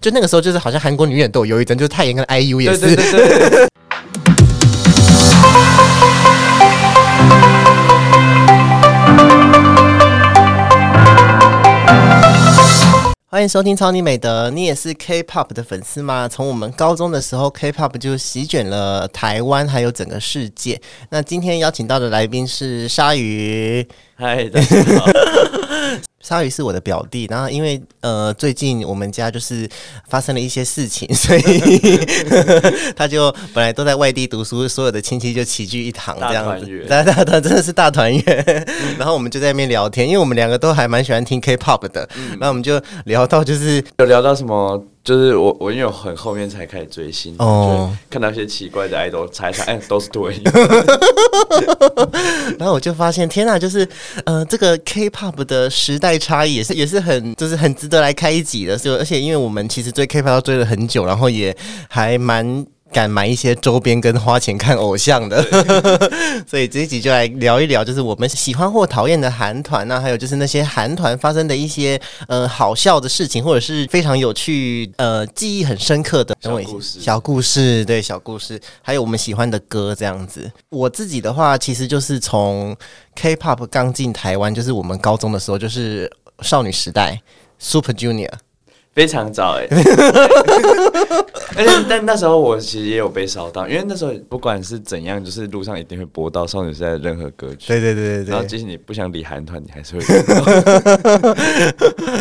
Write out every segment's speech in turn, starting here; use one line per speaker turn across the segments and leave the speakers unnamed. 就那个时候，就是好像韩国女演都有忧郁症，就是泰妍跟 IU 也
对
是。
对对 对对。
欢迎收听超你美德，你也是 K-pop 的粉丝吗？从我们高中的时候，K-pop 就席卷了台湾，还有整个世界。那今天邀请到的来宾是鲨鱼，
嗨，大家好。
鲨鱼是我的表弟，然后因为呃最近我们家就是发生了一些事情， 所以 他就本来都在外地读书，所有的亲戚就齐聚一堂这样
大团
子，
圆
大大团真的是大团圆。 然后我们就在那边聊天，因为我们两个都还蛮喜欢听 K-pop 的，
嗯
然后我们就聊到就是
有聊到什么？就是我我因为我很后面才开始追星，
哦
哦，看到一些奇怪的 idol，查一查，哎，都是对。
然后我就发现，天呐，就是呃，这个 K-pop 的时代差异也是也是很就是很值得来开一集的。就而且因为我们其实追 K-pop 都追了很久，然后也还蛮。敢买一些周边跟花钱看偶像的，所以这一集就来聊一聊，就是我们喜欢或讨厌的韩团啊那、还有就是那些韩团发生的一些呃好笑的事情，或者是非常有趣呃记忆很深刻的
小故事
小故事，对小故事，还有我们喜欢的歌这样子。我自己的话，其实就是从 K-pop 刚进台湾，就是我们高中的时候，就是少女时代 Super Junior。
非常 早哎、而且但那时候我其实也有被烧到，因为那时候不管是怎样，就是路上一定会播到少女时代的任何歌曲。
对对对
然后即使你不想理韩团，你还是会 听到。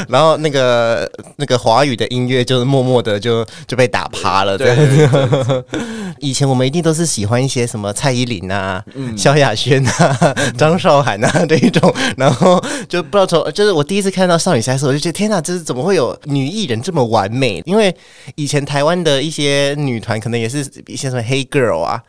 然后那个那个华语的音乐，就是默默的就就被打趴了。
对
对，
对对
以前我们一定都是喜欢一些什么蔡依林啊、
嗯
萧亚轩啊、张韶涵啊这一种，然后就不知道从就是我第一次看到少女时代的时候，我就觉得天哪，这是怎么会有女艺人这么完美？因为以前台湾的一些女团可能也是一些什么黑 girl 啊，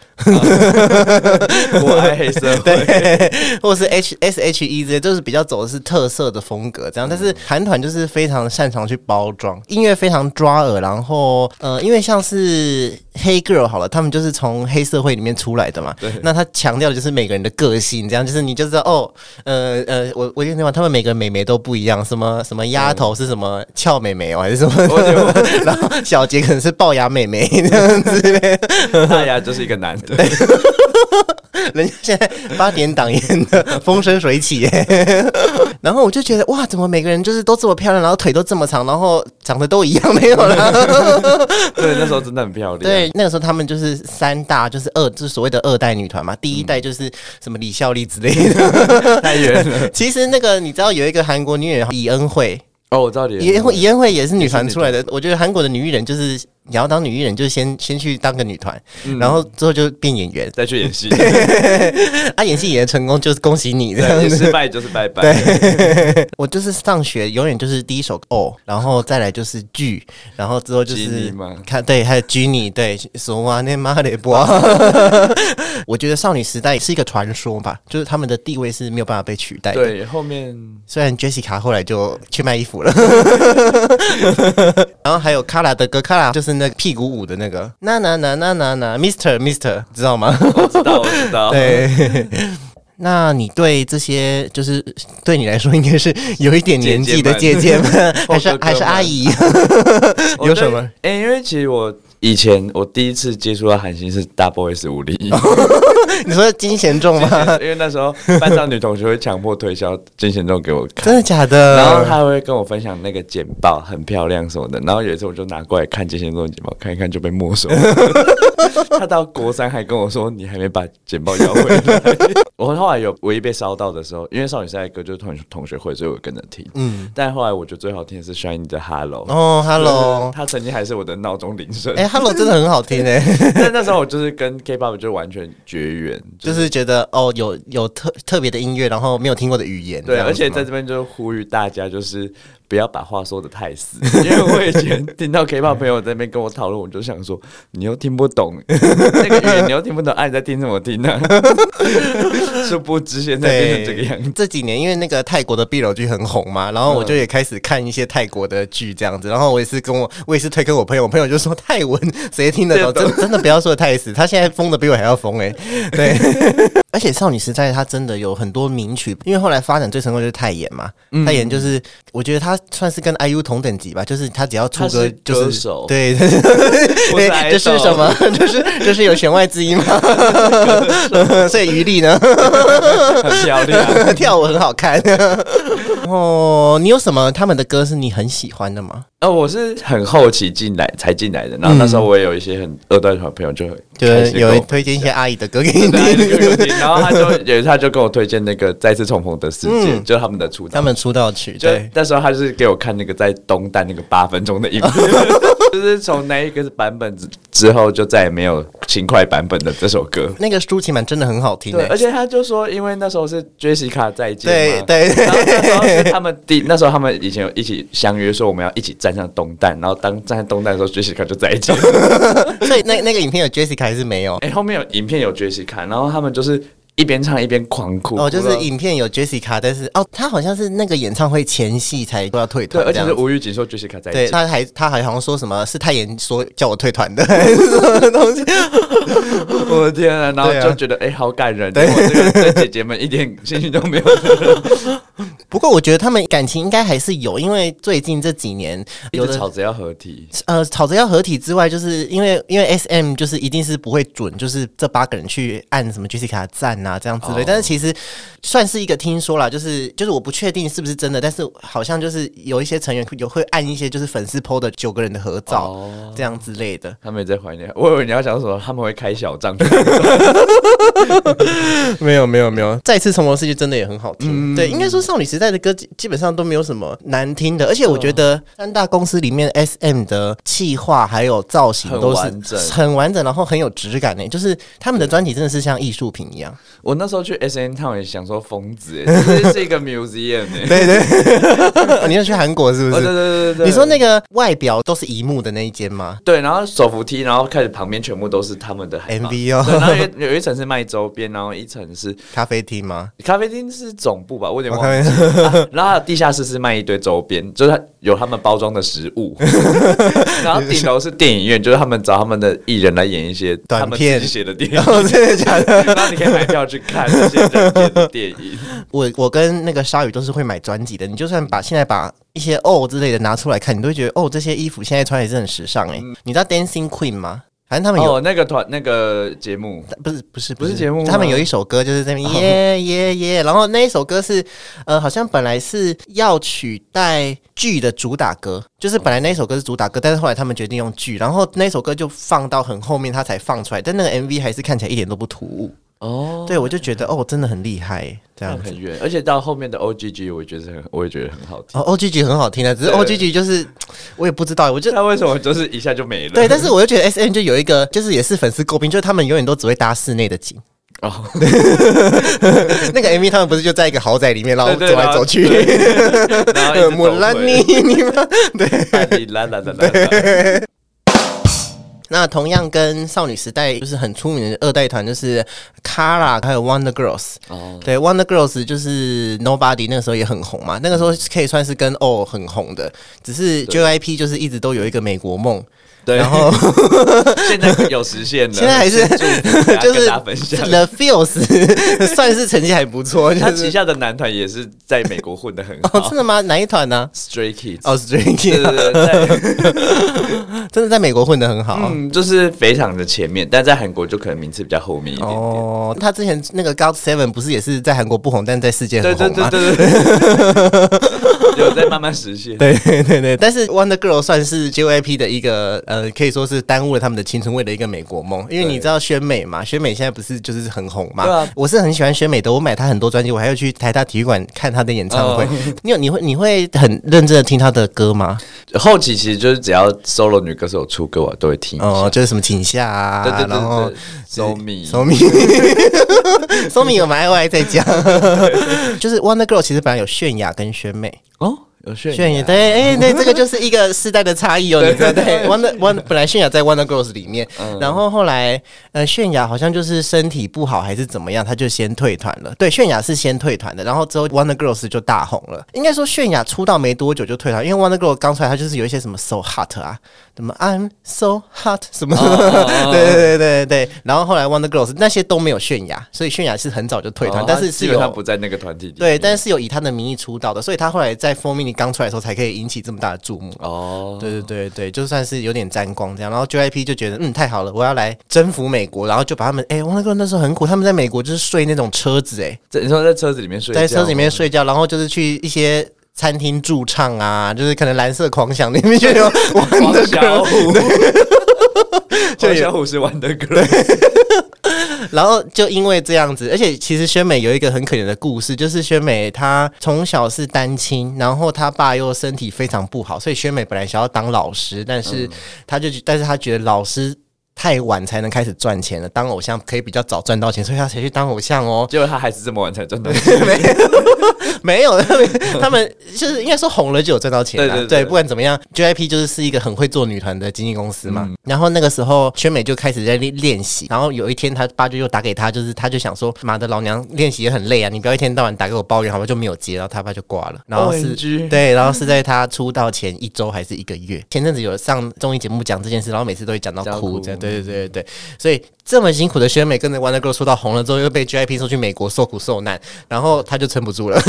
我爱黑社会。
对， 或者是 H S H E 这些，就是比较走的是特色的风格这样。但
嗯
是韩团就是非常擅长去包装，音乐非常抓耳，然后呃，因为像是黑 girl 好了，他们就是从黑社会里面出来的嘛，那他强调的就是每个人的个性，这样就是你就知道哦，呃呃，我我跟你讲，他们每个美眉都不一样，什么什么丫头是什么俏美眉哦，还是什么，
嗯我 觉
然后小杰可能是龅牙美眉这样子嘞。
得大牙就是一个男的，
人家现在八点档演的风生水起耶。然后我就觉得哇，怎么每个人就是都这么漂亮，然后腿都这么长，然后长得都一样，没有啦。
对，那时候真的很漂亮。
对，那个时候他们就是三大，就是二，就是所谓的二代女团嘛。第一代就是什么李孝利之类的。
太远了。
其实那个你知道有一个韩国女演员李恩惠，
哦，我知道你的
李
意
恩
思。
惠李恩惠也是女团出来的。我觉得韩国的女艺人就是你要当女艺人，就先先去当个女团，然后之后就变演员。
再去 演戏，
啊，演戏演的成功就是恭喜你这样
对，
子。
失败就是拜拜。
我就是上学永远就是第一首哦，然后再来就是剧，然后之后就
Genie
是
吗
看对，还有 Genie 对，索瓦内马雷波。啊 我觉得少女时代是一个传说吧，就是他们的地位是没有办法被取代的。
对，后面
虽然 Jessica 后来就去卖衣服 了，然后还有 Kara 的歌，Kara 就是那个屁股舞的那个，那那那那那那 Mister Mister，知道吗？
我知 道，我知道。
对。 那你对这些，就是对你来说，应该是有一点年纪的姐姐 们，还是
或哥哥们
还是阿姨？
我
有
对
什么？
哎、因为其实我以前我第一次接触到韩星是 Double S 五零一，
你说金贤重吗？
因为那时候班上女同学会强迫推销金贤重给我看。
真的假
然后
的？
她会跟我分享那个简报很漂亮什么的，然后有一次我就拿过来看金贤重的简报，看一看就被 没收。她到国三还跟我说你还没把简报要回 来。我后来有唯一被烧到的时候，因为少女时代的歌就是同同学会，所以我跟着听。嗯，但后来我觉得最好听的是 Shiny 的 Hello。
哦，Hello，
他曾经还是我的闹钟铃声。
哎，Hello 真的很好听哎，
但那时候我就是跟 K-pop 就完全绝缘，
就是是觉得哦，有有特特别的音乐，然后没有听过的语言，
对，
这样
而
子
且
吗
在这边就呼吁大家，就是不要把话说的 太死，因为我以前听到 K-pop 朋友在那边跟我讨论，我就想说，你又听 不懂那个语言，你又听不懂，啊，你在听什么听呢、殊不知 现在变成这个样子。嗯
这几年因为那个泰国的 B 楼剧很红嘛，然后我就也开始看一些泰国的剧这样子，然后我也是跟我我也是推给我朋友，我朋友就说泰文谁听得懂？
对
真真的不要说得太死，他现在疯的比我还要疯哎、对，而且少女时代它真的有很多名曲，因为后来发展最成功就是泰妍嘛，
嗯
泰妍就是我觉得她算是跟 IU 同等级吧，就是她只要出歌
她是
就是
歌手
对，
不是 idol
哎这是什么？ 这是这是有弦外之音吗？ 所以余力呢，
很漂亮。
跳舞很好看。哦，你有什么他们的歌是你很喜欢的吗？
呃，我是很后期进来才进来的，然后那时候我也有一些很二段小朋友就会
就
开
是
始
嗯
跟
有
我
推荐一些阿姨的歌给你
对就有
听，
听然后他就有一次他就跟我推荐那个《再次重逢的世界》，
嗯
就是他们的出
他
道。
们出道曲
就
对。
那时候他就是给我看那个在东蛋那个八分钟的影片，就是从那一个版本之之后就再也没有轻快版本的这首歌。
那个抒情版真的很好听、
对，
欸
而，且他就说，因为那时候是 Jessica 在见
对
嘛
对
然后那时候是他们第那时候他们以前有一起相约说我们要一起站上东蛋，然后当站在东蛋的时候，Jessica 就在一起。
所以那那个影片有 Jessica 还是没有？
哎、后面有影片有 Jessica，然后他们就是一边唱一边狂哭。
哦，就
哭
是
到
影片有 Jessica，但是哦，她好像是那个演唱会前戏才说要退
对，
团，这
而且
样
是
子。
吴玉锦说 Jessica 在一
对，
起。
他还他还好像说什么是泰妍说叫我退团的， 还是什么东西？
我的天啊！然后
对啊
就觉得哎、诶好感人。对，这个对姐姐们一点兴趣都没有。
不过我觉得他们感情应该还是有，因为最近这几年有
有的
的
吵着要合体，
呃吵着要合体之外，就是因为因为 S M 就是一定是不会准，就是这八个人去按什么 Jessica 赞啊这样之类。
哦
但是其实算是一个听说啦，就是就是我不确定是不是真的，但是好像就是有一些成员有会按一些就是粉丝 PO 的九个人的合照、
哦
这样之类的。
他们也在怀念。我以为你要讲什么，他们会开小 账。
没有没有没有，嗯再次重逢世界真的也很好听。对，应该说少女时代的歌基基本上都没有什么难听的，而且我觉得三大公司里面 S M 的气化还有造型
很
都是
完整
很完整，然后很有质感呢、就是他们的专辑真的是像艺术品一样。
我那时候去 S N Town 也想说疯子、欸，这是是一个 museum 哎、
对对，哦 你要去韩国是不
哦对对
是？
对对对，
你说那个外表都是一幕的那一间吗
对，然后手扶梯，然后开始旁边全部都是他们的海报。
？MV 哦，
对，然后有有一层是卖周边，然后一层是
咖啡厅吗？
咖啡厅是总部吧，我有点
我
忘了。
看
然后地下室是卖一堆周边，就是它有他们包装的食 物。然后顶楼是电影院，就是他们找他们的艺人来演一些
短
他们自己
片
写 的电影
然。后真的假的？
然后你可以买票去看这些人演的 电影。
我我跟那个鲨鱼都是会买专辑的，你就算把现在把一些哦之类的拿出来看，你都会觉得哦，这些衣服现在穿也是很时尚哎、你知道 Dancing Queen 吗？反正他们有。
嗯哦，那个团那个节目，
不是不是
不是节目吗
他们有一首歌就是这 边耶耶耶，然后那一首歌是呃，好像本来是要取代剧的主打歌，就是本来那一首歌是主打歌，但是后来他们决定用剧，然后那首歌就放到很后面，他才放出来，但那个 MV 还是看起来一点都不突兀。
哦，
对，我就觉得哦，真的很厉害欸，这样子。
很远，而且到后面的 O G G，我觉得是很，我也觉得很好听。
哦，O G G 很好听的，只是
对
O G G 就是我也不知道，我就
他为什么就是一下就没了？
对，但是我又觉得 S N 就有一个，就是也是粉丝诟病，就是他们永远都只会搭室内的 景。
哦，
那个 M V 他们不是就在一个豪宅里面，然后
对对
走来走去，
然后一
呃
直
莫
走
拉
回哎
尼， 你们
啦啦啦啦啦，
那同样跟少女时代就是很出名的二代团，就是 Kara 还有 Wonder Girls。
哦，
对，Wonder Girls 就是 Nobody 那个时候也很红嘛，那个时候可以算是跟 O 很红的，只是 JYP 就是一直都有一个美国梦，
对，
然后
现在有实现了，
现在还是
祝福大家
就
跟
是
大家分享。
The Feels 算是成绩还不错，就
他旗
是
下的男团也是在美国混得很
哦，
好
真的吗？哪一团呢、
，Stray Kids。
哦 s t r a y
对
Kids
对对，在
真的在美国混得很好。
嗯，就是非常的前面，但在韩国就可能名次比较后面一点点。
哦，他之前那个 God Seven 不是也是在韩国不红，但在世界
对
很
对
红
对
吗？
对 对，有在慢慢实现。
对 对对对，但是 Wonder Girl 算是 JYP 的一个呃，可以说是耽误了他们的青春，为了一个美国梦。因为
对
你知道宣美嘛，宣美现在不是就是很红嘛？
对啊
我是很喜欢宣美的，我买她很多专辑，我还要去台大体育馆看她的演唱
哦
会。你有你会你会很认真的听她的歌吗？
后期其实就是只要 solo 女歌手出歌，我都会听。
哦、就是什么请下啊，
嗯对对对
然后
对，So Me，
松 米， 松米有埋外在讲，就是 Wonder Girl 其实本来有泫雅跟宣美，
哦，有泫
泫
雅
雅，对，哎、对，这个就是一个世代的差异哦，你知道对，Wonder Wonder 本来泫雅在 Wonder Girls 里面，
嗯
然后后来呃泫雅好像就是身体不好还是怎么样，她就先退团了。对，泫雅是先退团的，然后之后 Wonder Girls 就大红了。应该说泫雅出道没多久就退团，因为 Wonder Girls 刚出来，她就是有一些什么 So Hot 啊，什么 I'm So Hot 什
哦
么的， 对对对对对。然后后来 Wonder Girls 那些都没有泫雅，所以泫雅是很早就退团，
哦
但
他
是是
基本
有
上不在那个团体里面。
对，但是有以他的名义出道的，所以他后来在《蜂蜜》里刚出来的时候才可以引起这么大的注目。啊
哦，
对对对对，就算是有点沾光这样，然后 JYP 就觉得嗯太好了，我要来征服美国，然后就把他们哎，王大哥那时候很苦，他们在美国就是睡那种车子哎，
在你说在车子里面睡觉吗，
在车子里面睡觉，然后就是去一些餐厅驻唱啊，就是可能蓝色狂想里面就有 王
黄
的
小
歌，
虎，
就有
黄小虎是玩的歌，
然后就因为这样子，而且其实宣美有一个很可怜的故事，就是宣美她从小是单亲，然后她爸又身体非常不好，所以宣美本来想要当老师，但是她就但是她觉得老师。太晚才能开始赚钱了，当偶像可以比较早赚到钱，所以她才去当偶像哦。
结果他还是这么晚才赚到钱。
没有，他们他们就是应该说红了就有赚到钱啦。
对对对
不管怎么样，JYP 就是是一个很会做女团的经纪公司嘛。
嗯
然后那个时候，宣美就开始在练练习。然后有一天，他爸就又打给他，就是他就想说：“妈的，老娘练习也很累啊，你不要一天到晚打给我抱怨，好吧？”就没有接，然后他爸就挂了。然后是
OMG
对，然后是在他出道前一周还是一个月，前阵子有上综艺节目讲这件事，然后每次都会讲到
讲到
哭，
哭
这样对对对对对。所以这么辛苦的宣美跟着 Wonder Girls 出道红了之后，又被 JYP 送去美国受苦受难，然后他就撑不住了。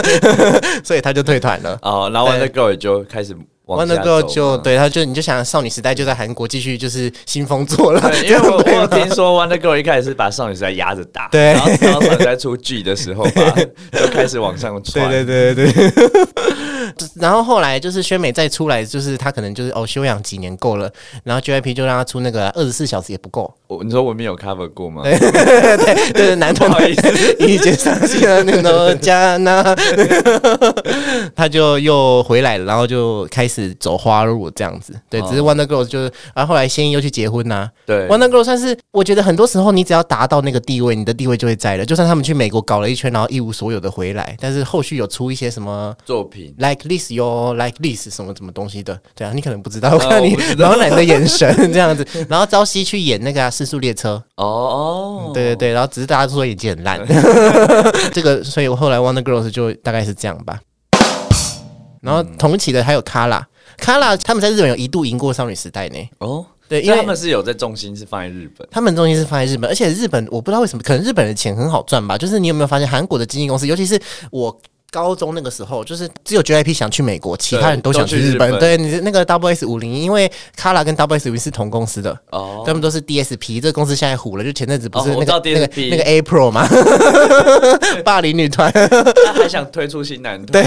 所以他就退团了。
哦，然后 Wonder Girl 也就开始往下
Wonder
走
Girl
嘛
就对，他就你就想少女时代就在韩国继续就是兴风作 浪，
对，因为我我有听说 Wonder Girl 一开始是把少女时代压着打，
对
然后然后少女时代出剧的时候 吧，就开始往上窜，
对对对对对。就是 然后后来就是宣美再出来，就是她可能就是哦休养几年够了，然后 JYP 就让她出那个二十四小时也不够，
我你说文明有 cover 过吗？
对对，男团
不好意思，
一见伤心的那 种加纳，他就又回来了，然后就开始走花路这样子。对，只是 Wonder Girls 就是，然后后来仙一又去结婚呐、
对
Wonder Girls 算是我觉得很多时候你只要达到那个地位，你的地位就会在了。就算他们去美国搞了一圈，然后一无所有的回来，但是后续有出一些什么。
作品
Like this, yo, like this，什么什么东西的，对啊，你可能不知道，我看你
我不 知道
老懒的眼神这样子。然后朝夕去演那个、啊《失速列车》，
哦哦，
对对对，然后只是大家都说演技很烂，这个，所以我后来 Wonder Girls 就大概是这样吧。然后同期的还有 Kala，Kala 他们在日本有一度赢过少女时代呢。
哦，
对，因
因为他
为
们是有在重心是放在日本，
他们中心是放在日本，而且日本我不知道为什么，可能日本的钱很好赚吧。就是你有没有发现韩国的经纪公司，尤其是我。高中那个时候，就是只有 JYP 想去美国，其他人都想去日本。
都去
对，你的那个 Double S 五零，因为 Kala 跟 Double S 五零是同公司的，
哦，
他们都是 DSP 这个公司现在糊了，就前阵子不是
哦
那
我知
个、
道
那个
DSP
那个 April 嘛， 霸凌女团，
他还想推出新男团，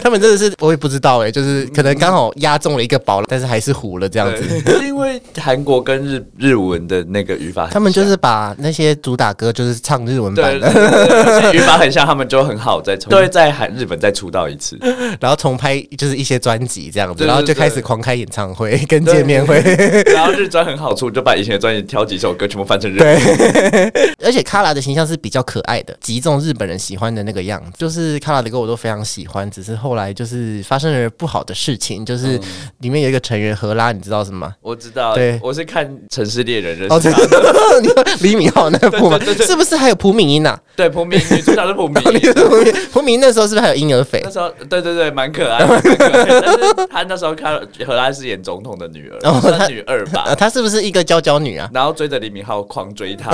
他们真的是我也不知道哎、就是可能刚好压中了一个宝，但是还是糊了这样子。
对，可是因为韩国跟日日文的那个语法很像，
他们就是把那些主打歌就是唱日文版
对，
的，
对对对而且语法很像，他们就很好再重，对，在韩日本再出道一次，
然后重拍就是一些专辑这样子，
对对
然后就
对
开始狂开演唱会跟见面会。
然后日专很好出，就把以前的专辑挑几首歌全部翻成日文。
而且 Kala 的形象是比较可爱的，集中日本人喜欢的那个样子。就是 Kala 的歌我都非常喜欢，只是后来就是发生了不好的事情，就是
嗯
里面有一个成员荷拉，你知道什么吗？
我知道，
对
我是看《城市猎人》认
哦，
识
对
他 的，，
你说李敏镐那部吗？
对对对对
是不是还有朴敏英呐、啊？。
对，彭明女主哦角是彭 明
朴敏朴敏英那时候是不是还有婴儿肥
那？时候，对对对，蛮可爱的，蛮可爱的。但是他那时候看荷兰是演总统的女儿，
哦
算
他
女二
啊，
吧，
她是不是一个娇娇女啊？
然后追着李敏镐狂追 她，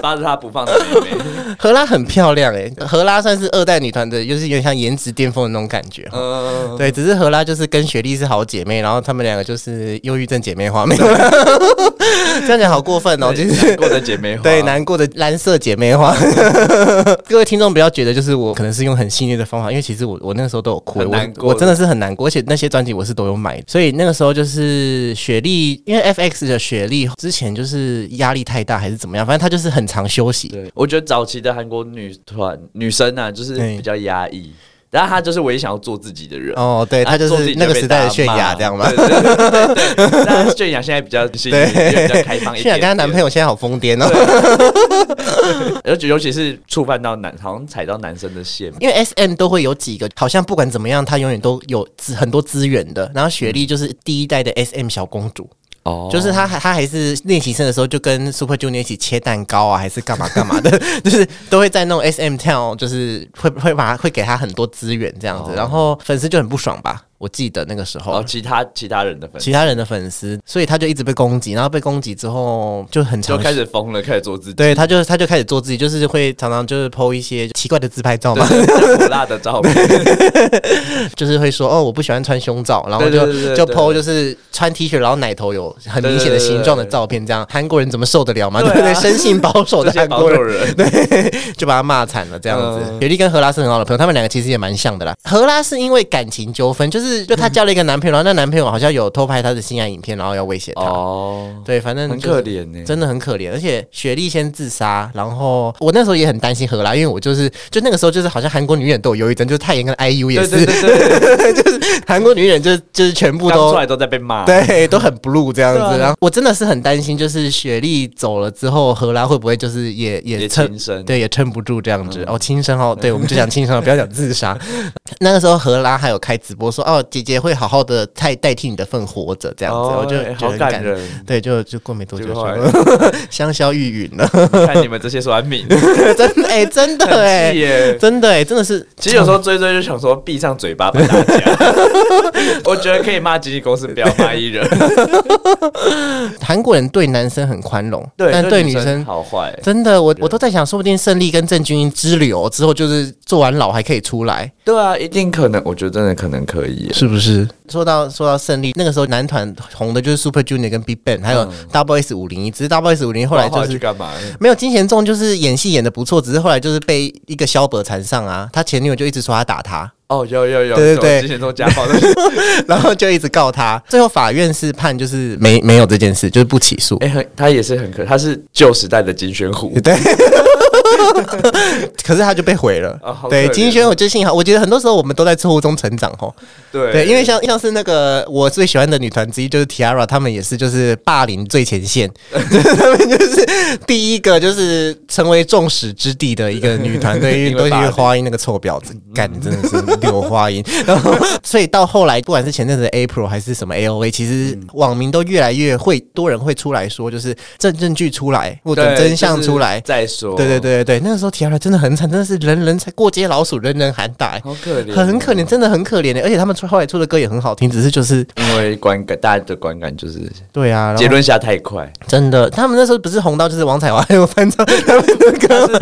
扒着她不放的妹妹。
荷拉很漂亮诶、荷拉算是二代女团的，就是有点像颜值巅峰的那种感觉。
嗯，
对，只是荷拉就是跟雪莉是好姐妹，然后她们两个就是忧郁症姐妹花，没有 啦这样讲好过分哦，
对
其实
难。过的姐妹花，
对，难过的蓝色姐妹花，啊 各位听众不要觉得就是我可能是用很戏谑的方法，因为其实我我那个时候都有哭，
很难
我
过
我真的是很难过，而且那些专辑我是都有买的，所以那个时候就是雪莉，因为 FX 的雪莉之前就是压力太大还是怎么样，反正她就是很常休息，
对，我觉得早期的韩国女团女生啊，就是
对
比较压抑，然后他就是唯一想要做自己的人。
哦，对他就
做自
是
己
那个
被
时代的
打
泫雅
骂
这样吗？
对对对对对对。那泫雅现在比较新一点，因为比较开放一
泫雅跟
点
她
点。
男朋友现在好疯癫哦，
尤其尤其是触犯到男，好像踩到男生的线。
因为 S M 都会有几个，好像不管怎么样，她永远都有资很多资源的。然后雪莉就是第一代的 S M 小公主，
哦
就是她还她还是练习生的时候，就跟 Super Junior 一起切蛋糕啊，还是干嘛干嘛的， 就是都会在那种 S M Town，就是会会把会给她很多资源这样子。然后粉丝就很不爽吧，我记得那个时候。
哦，其他其他人的粉丝
其他人的粉丝，所以她就一直被攻击，然后被攻击之后就很
就
常
开始疯了，开始做自己，
对，他就他就开始做自己，就是会常常就是 PO 一些奇怪的自拍照嘛，
火辣的照 片，
就是会说哦，我不喜欢穿胸罩，然后就
对对对对
就
对
PO 就是穿 T 恤，然后奶头有很明显的形状的照片，这样韩国人怎么受得了嘛？
对
对
啊
不对？生性保守
这
的
些
韩
保
国人
守。人，
对，就把他骂惨了这样子。
嗯
雪莉跟荷拉是很好的朋友，他们两个其实也蛮像的啦。荷拉是因为感情纠纷，就是就她交了一个男朋友，然后那男朋友好像有偷拍她的性爱影片，然后要威胁她。
哦，
对，反正
很
就是
可怜呢。
真的很可怜。而且雪莉先自杀，然后我那时候也很担心荷拉，因为我就是就那个时候就是好像韩国女演都有忧郁症，就是泰妍跟 IU 也
对
是
对对对 对，
韩国女演就就是全部
刚出
都。
来都在被骂，
对，都 很 blue 这样
对啊
子，然后我真的是很担心，就是雪莉走了之后，荷拉会不会就是也也
也
撑
轻生，
对，也撑不住这样子、
嗯
哦，轻生哦，对， 我们就讲轻生了，不要讲自杀。 那个时候荷拉还有开直播说，哦，姐姐会好好的代代替你的份活着这样子，
哦
我就
哎
觉得
好
很
感
感人。
人。
对，就就过没多
结
久
果后来，
就 香消玉 殒了。
你看你们这些酸 民，
真的哎、真的哎、
很气 耶。
真的哎、真的是。
其实有时候追追就想说，闭上嘴巴吧，大家。 我觉得可以骂经纪公司，不要骂艺人。
韩国人对男生很宽容，
对，
但对女
生
生。
好坏，
真的，我我都在想，说不定胜利跟郑钧之流之后，就是做完老还可以出来，
对啊，一定可能，我觉得真的可能可以耶。
是不是？说到说到胜利，那个时候男团红的就是 Super Junior 跟 Big Bang，还有
嗯
Double S 五零一，只是 Double S 五零一后来就
去
是
干嘛？
没有金贤重，就是演戏演的不错，只是后来就是被一个萧伯缠上啊，他前女友就一直说他打他，
哦，有有有，
对对对
之前都家暴 的。
然后就一直告他，最后法院是判就是没没有这件事，就是不起诉。
哎、很，他也是很可，他是旧时代的金宣虎，
对，可是他就被毁了。
啊好
对，
可怜
金轩，我觉得幸好，我觉得很多时候我们都在错误中成长吼。
对
对，因为像像是那个我最喜欢的女团之一就是 Tiara，她们也是就是霸凌最前线，她们就是第一个就是成为众矢之的的一个女团队，因
因
为
为
都是因
霸凌
为花音那个臭婊子，干你真的是柳花音。然后，所以到后来，不管是前阵子的 April 还是什么 A O A，其实网民都越来越会多人会出来说，就是证证据出来，或者
对
真相出来
就是。再说，
对对，对对对，那个时候 Tiara 真的很惨，真的是人人才过街老鼠，人人喊打、欸
好可怜，哦
很可怜，，真的很可怜的。欸而且他们出后来出的歌也很好听，只是就是
因为观感，大家的观感就是
对啊，
结
然后
论下太快，
真的，他们那时候不是红到就是王彩华还有翻唱 他们的歌 吗，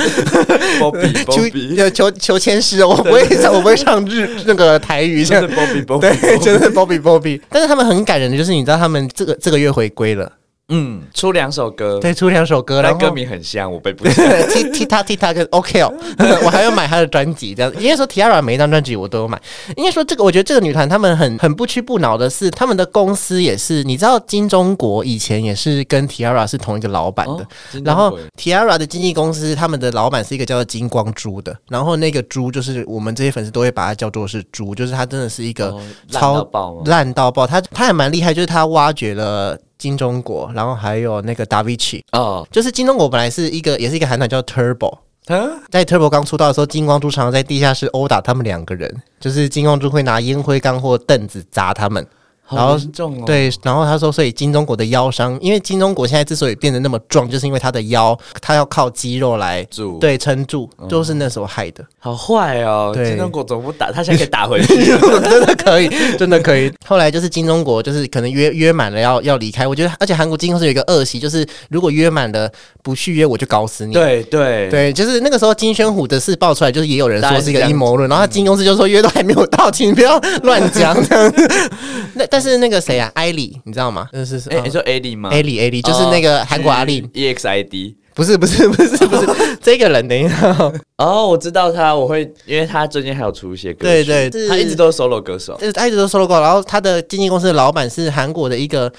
波 比波
求
比，
求求求签诗哦， 我不会唱，我不会唱日那个台语这
就
样
是。波比波
对，
比，
真的 Bobby Bobby，但是他们很感人的，就是你知道他们这个这个月回归了，
嗯，出两首歌，
对，出两首歌，然
但
后
歌名很像，我背不起来。
踢踢他踢他跟 OK 哦， 我还要买他的专辑这样。应该说 Tiara 每一张专辑我都有买。应该说这个，我觉得这个女团她们很很不屈不挠的是，她们的公司也是，你知道金钟国以前也是跟 Tiara 是同一个老板的。
哦真的
然后
会
Tiara 的经纪公司，他们的老板是一个叫做金光猪的，然后那个猪就是我们这些粉丝都会把它叫做是猪，就是他真的是一个
哦烂
超
到爆吗？
烂到爆，他他还蛮厉害，就是他挖掘了金钟国，然后还有那个 Davichi，
哦，
就是金钟国本来是一个，也是一个韩团叫 Turbo。
他
在 Turbo 刚出道的时候，金光珠常常在地下室殴打他们两个人，就是金光珠会拿烟灰缸或凳子砸他们。然
好
后
严重哦，，
对，然后他说，所以金钟国的腰伤，因为金钟国现在之所以变得那么壮，就是因为他的腰，他要靠肌肉来
主，
对撑住，哦都是那时候害的。
好坏哦，
对
金钟国怎么不打？他现在可以打 回去，
真的可以，真的可以。后来就是金钟国，就是可能约约满了要要离开。我觉得，而且韩国金公司有一个恶习，就是如果约满了不续约，我就搞死你。
对对，
对，就是那个时候金宣虎的事爆出来，就是也有人说是一个阴谋论，然后金公司就说约都还没有到，请不要乱讲。这样子那但是那个谁啊，艾莉，你知道吗？那是啊是
哎，你说 A D 吗
艾莉，艾莉就是那个韩国阿丽，
E X I D。
不是不是不是不是这个人，等一下，
哦，我知道他，我会，因为他最近还有出一些歌
对
曲，
对
他
是
一直都是 solo 歌手，
就是他一直都 solo 过，然后他的经纪公司的老板是韩国的一个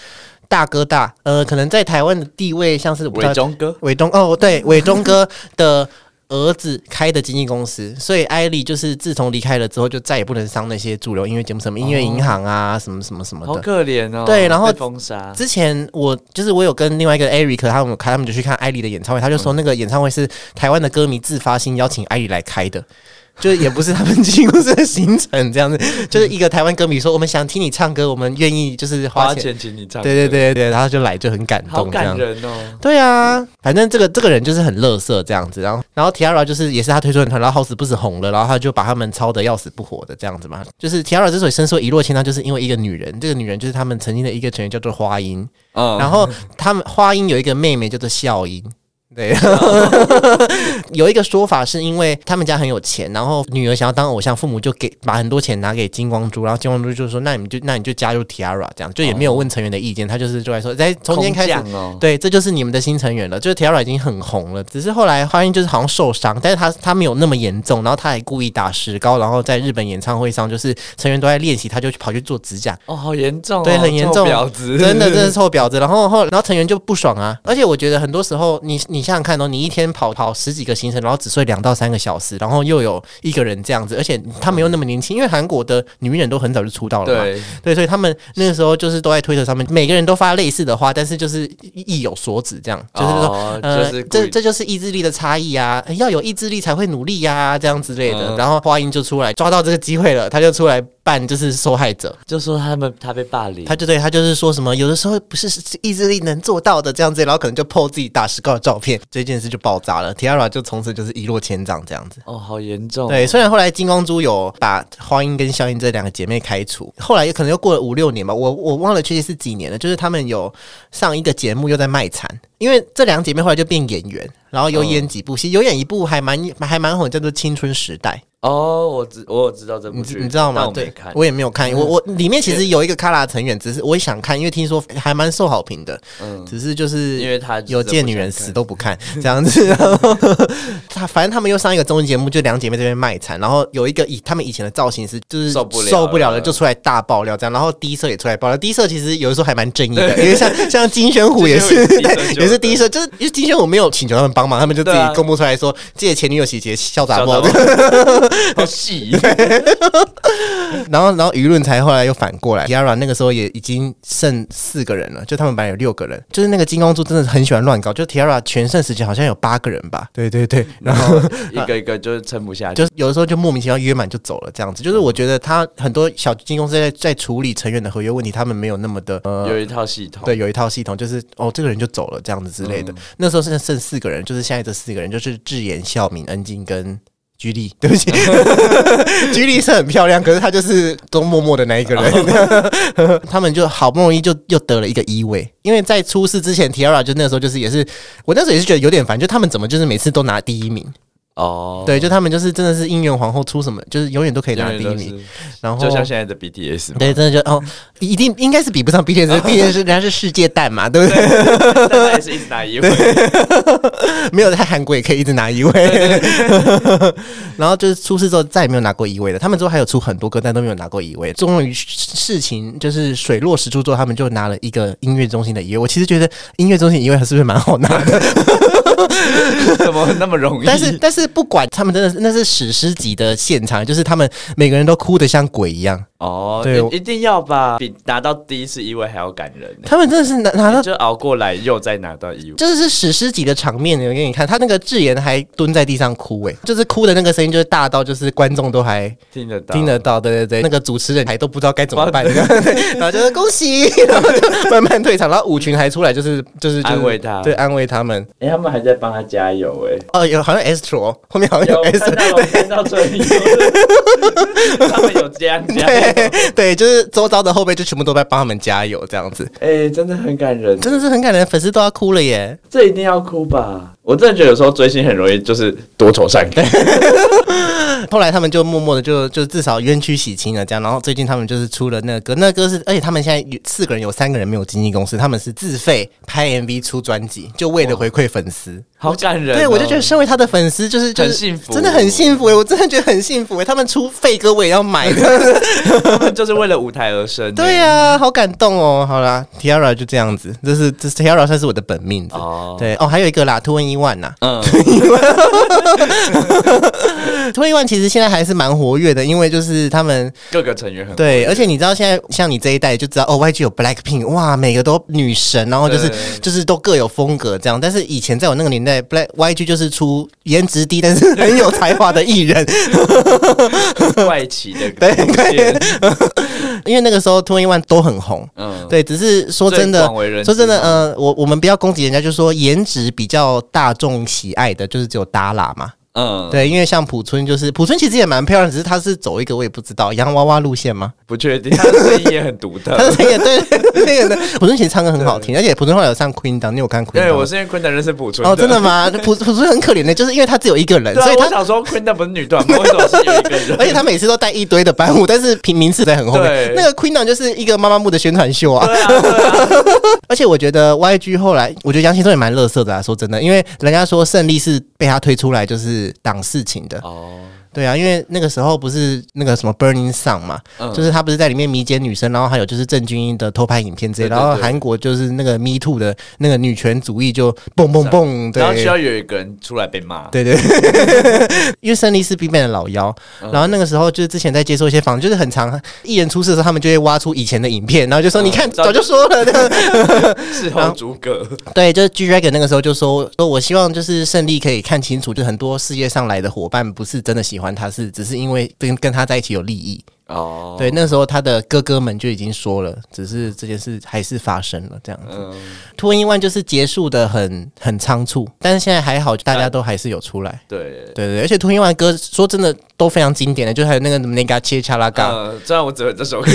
大哥大，呃，可能在台湾的地位像是我不知
伟
道
忠哥，
伟东哦，对，伟东哥的儿子开的经纪公司，所以艾莉就是自从离开了之后，就再也不能上那些主流音乐节目，什么音乐银行啊，什么什么什么
嗯好
的。
可怜哦。
对然后
被封杀，
之前我就是我有跟另外一个 Eric 他们有开，他们就去看艾莉的演唱会，他就说那个演唱会是台湾的歌迷自发性邀请艾莉来开的，就是也不是他们经纪公司的行程这 样子，就是一个台湾歌迷说我们想听你唱歌，我们愿意就是花
花
钱，
钱请你唱歌，
对对对对，然后就来就很感
好
动这样
感。人哦。
对啊，反正这个这个人就是很乐色这样子，然后然后 Tiara 就是也是他推出的团，然后 House 不止红了，然后他就把他们操的要死不活的这样子嘛。就是 Tiara 之所以深受一落千丈，就是因为一个女人，这个女人就是他们曾经的一个成员叫做花音，
嗯，
然后他们花音有一个妹妹叫做笑音。 对，有一个说法是因为他们家很有钱，然后女儿想要当偶像，父母就给把很多钱拿给金光珠，然后金光珠就说：“那你们就那你就加入 Tiara 这样，就也没有问成员的意见，他就是就来说，在从今天开始
哦空降哦，
对，这就是你们的新成员了。就是 Tiara 已经很红了，只是后来花音就是好像受伤，但是他他没有那么严重，然后他还故意打石膏，然后在日本演唱会上，就是成员都在练习，他就去跑去做指甲，
哦，好严重哦，
对很严
臭
重
婊子，
真的真的是臭婊子。然后后然后成员就不爽啊，而且我觉得很多时候你你想想看哦，你一天跑跑十几个行程，然后只睡两到三个小时，然后又有一个人这样子，而且他们又那么年轻，因为韩国的女艺人都很早就出道了嘛，
对，
对，所以他们那个时候就是都在推特上面，每个人都发类似的话，但是就是意有所指，这样就是说，
哦
呃，
就是故
这
意
这就是意志力的差异啊，要有意志力才会努力呀、这样之类的。
嗯
然后花音就出来抓到这个机会了，他就出来扮就是受害者，
就说他们他被霸凌，
他就对他就是说什么有的时候不是意志力能做到的这样子，然后可能就 po 自己打石膏的照片，这件事就爆炸了。Tiara 就从此就是一落千丈这样子。
哦，好严重，
对，，虽然后来金光珠有把花音跟笑音这两个姐妹开除，后来又可能又过了五六年吧，我我忘了确切是几年了。就是他们有上一个节目又在卖惨，因为这两姐妹后来就变演员，然后有演几部戏，有演一部还蛮还蛮红，叫做《青春时代》，
哦，我知我有知道这部
你知
剧，
你知道
但
吗？
我没
对
看，，嗯
我也没有看，我我里面其实有一个卡拉成员，只是我也想看，因为听说还蛮受好评的，
嗯，
只是就是
因为他就是
有见
不
女
想
人
看
死都不看这样子， 然后他反正他们又上一个综艺节目，就两姐妹这边卖惨，然后有一个以他们以前的造型师就是
受不了
受不了了，
了
就出来大爆料这样，然后低色也出来爆料，低色其实有的时候还蛮正义 的，因为像像金宣虎也是
金宣虎也是低
对也 是低色，
色就
就是因为金宣虎没有请求他们帮忙，他们就自己
对啊
公布出来说自己的前女友洗劫笑打
小
爆
杂，包 好细，
然后然后舆论才后来又反过来，Yara 那个时候也已经剩四个人了，就他们班有六个人，就是那个金光珠真的很喜欢乱搞，就 Tiara 全盛时期好像有八个人吧，对对对，然
然
后。
后一个一个就是撑不下去，
就是有的时候就莫名其妙约满就走了，这样子。就是我觉得他很多小经纪公司在在处理成员的合约问题，他们没有那么的呃
有一套系统，嗯
对，有一套系统，就是哦，这个人就走了这样子之类的。那时候剩剩四个人，就是现在这四个人，就是智妍、孝敏、恩静跟居丽。 对不起，居 丽是很漂亮，可是她就是都默默的那一个
哦
人。 他们就好不容易就又得了一个一位，因为在出事之前，Tiara 就那时候就是也是我那时候也是觉得有点烦，就他们怎么就是每次都拿第一名？
哦，
对，就他们就是真的是姻缘皇后出什么，就是永远都可以
永
拿
远
第一
都是，
名。然后
就像现在 的 BTS 嘛，
对，真的就哦，一定应该是比不上 BTS，BTS 人家是世界蛋嘛，对不对？
但他还是一直拿一位，
没有在韩国也可以一直拿一位， 然后就是出事之后再也没有拿过一位了。他们之后还有出很多歌，但都没有拿过一位。终于事情就是水落石出之后，他们就拿了一个音乐中心的一位。我其实觉得音乐中心一位还是不是蛮好拿的，
怎么那么容易？
但是但是不管他们真的是那是史诗级的现场，就是他们每个人都哭得像鬼一样，
哦，
对我
一一定要吧，比拿到第一次一位还要感人呢。
他们真的是拿拿到。
就熬过来，又再拿到一位。
这是史诗级的场面，我给你看，他那个智妍还蹲在地上哭、欸，就是哭的那个声音，就是大到就是观众都还
听得到，
听得到，对对对，那个主持人还都不知道该怎么 办，对然后就是恭喜， 然后就慢慢退场，然后舞群还出来就是就是、就是、
安慰他
对，安慰他们。
哎、他们还在帮他加油、哎。
哦，有好像 S 罗，后面好像有
有
S，
看到我看到这里，他 们有这样加油，
对对，就是周遭的后辈就全部都在帮他们加油，这样子
哎、真的很感人，
真的是很感人，粉丝都要哭了耶。
这一定要哭吧？我真的觉得有时候追星很容易就是多愁善感，
后来他们就默默的就就至少冤屈洗清了这样，然后最近他们就是出了那个歌，那歌是，而且他们现在有四个人有三个人没有经纪公司，他们是自费拍 MV 出专辑，就为了回馈粉丝。
好感人哦、
对，我就觉得身为他的粉丝，就是就是
很幸福
真的很幸福、欸、我真的觉得很幸福、欸、他们出废歌我也要买 的，
他们 就是为了舞台而生、
对
呀、
呀、好感动哦。好啦，Tiara 就这样子，这是这是 Tiara 算是我的本命子。
哦，
对哦，还有一个啦，突然一 One 呐、
嗯，
Twenty One 其实现在还是蛮活跃的，因为就是他们
各个成员很
对，而且你知道现在像你这一代就知道哦，YG 有 Blackpink，哇，每个都女神，然后就是
对对对
就是都各有风格这样。但是以前在我那个年代，Black YG 就是出颜值低但是很有才华的艺 人，
怪奇的 路线，
因为那个时候 Twenty One 都很红。
嗯，
对，只是说真
最
的
广为人，知嗯
说真的，呃，我我们不要攻击人家，就是说颜值比较大众喜爱的，就是只有 Dara 嘛。
嗯，
对，因为像朴春，就是朴春其实也蛮漂亮，只是她是走一个我也不知道洋娃娃路线吗？
不确定，他的声音也很独 特
他。的声音也对，那个的朴春其实唱歌很好听，而且朴春后来有上 Queen 档，你有看 Queen
对，
档
我
吗？
是因为昆德认识朴春
哦，真的吗？朴朴春很可怜的，就是因为他只有一个人，
对啊
所以
我
他
想说昆德不是女团吗？为什么是有一个人？
而且他每次都带一堆的班舞，但是平名次在很后面
对。
那个 Queen 档就是一个妈妈木的宣传秀啊。
对啊，对啊，
而且我觉得 YG 后来，我觉得杨信忠也蛮乐色的啦，说真的，因为人家说胜利是被他推出来就是挡事情的，
哦，
对啊，因为那个时候不是那个什么 Burning Sun 嘛，
嗯
就是他不是在里面迷奸女生，然后还有就是郑钧英的偷拍影片之类，
对对
然后
对
韩国就是那个 Me Too 的那个女权主义就蹦蹦蹦，对
然后需要有一个人出来被骂，
对对， 因为胜利是 BigBang 的老幺，
嗯
然后那个时候就是之前在接受一些访，就是很常艺人出事的时候，他们就会挖出以前的影片，然后就说、
嗯
你看
早
早就说了，
事后诸葛，
对，就是 G Dragon 那个时候就说说，我希望就是胜利可以看清楚，就很多世界上来的伙伴不是真的喜欢他，是只是因为跟跟他在一起有利益。
哦，
对，那时候他的哥哥们就已经说了，只是这件事还是发生了这样子。
嗯，
突然意外就是结束的很很仓促，但是现在还好，大家都还是有出来。
对。
对对，对而且突然意外歌说真的都非常经典的，就还有那个 Nega c h a l a g a
呃，虽然我只会这首歌，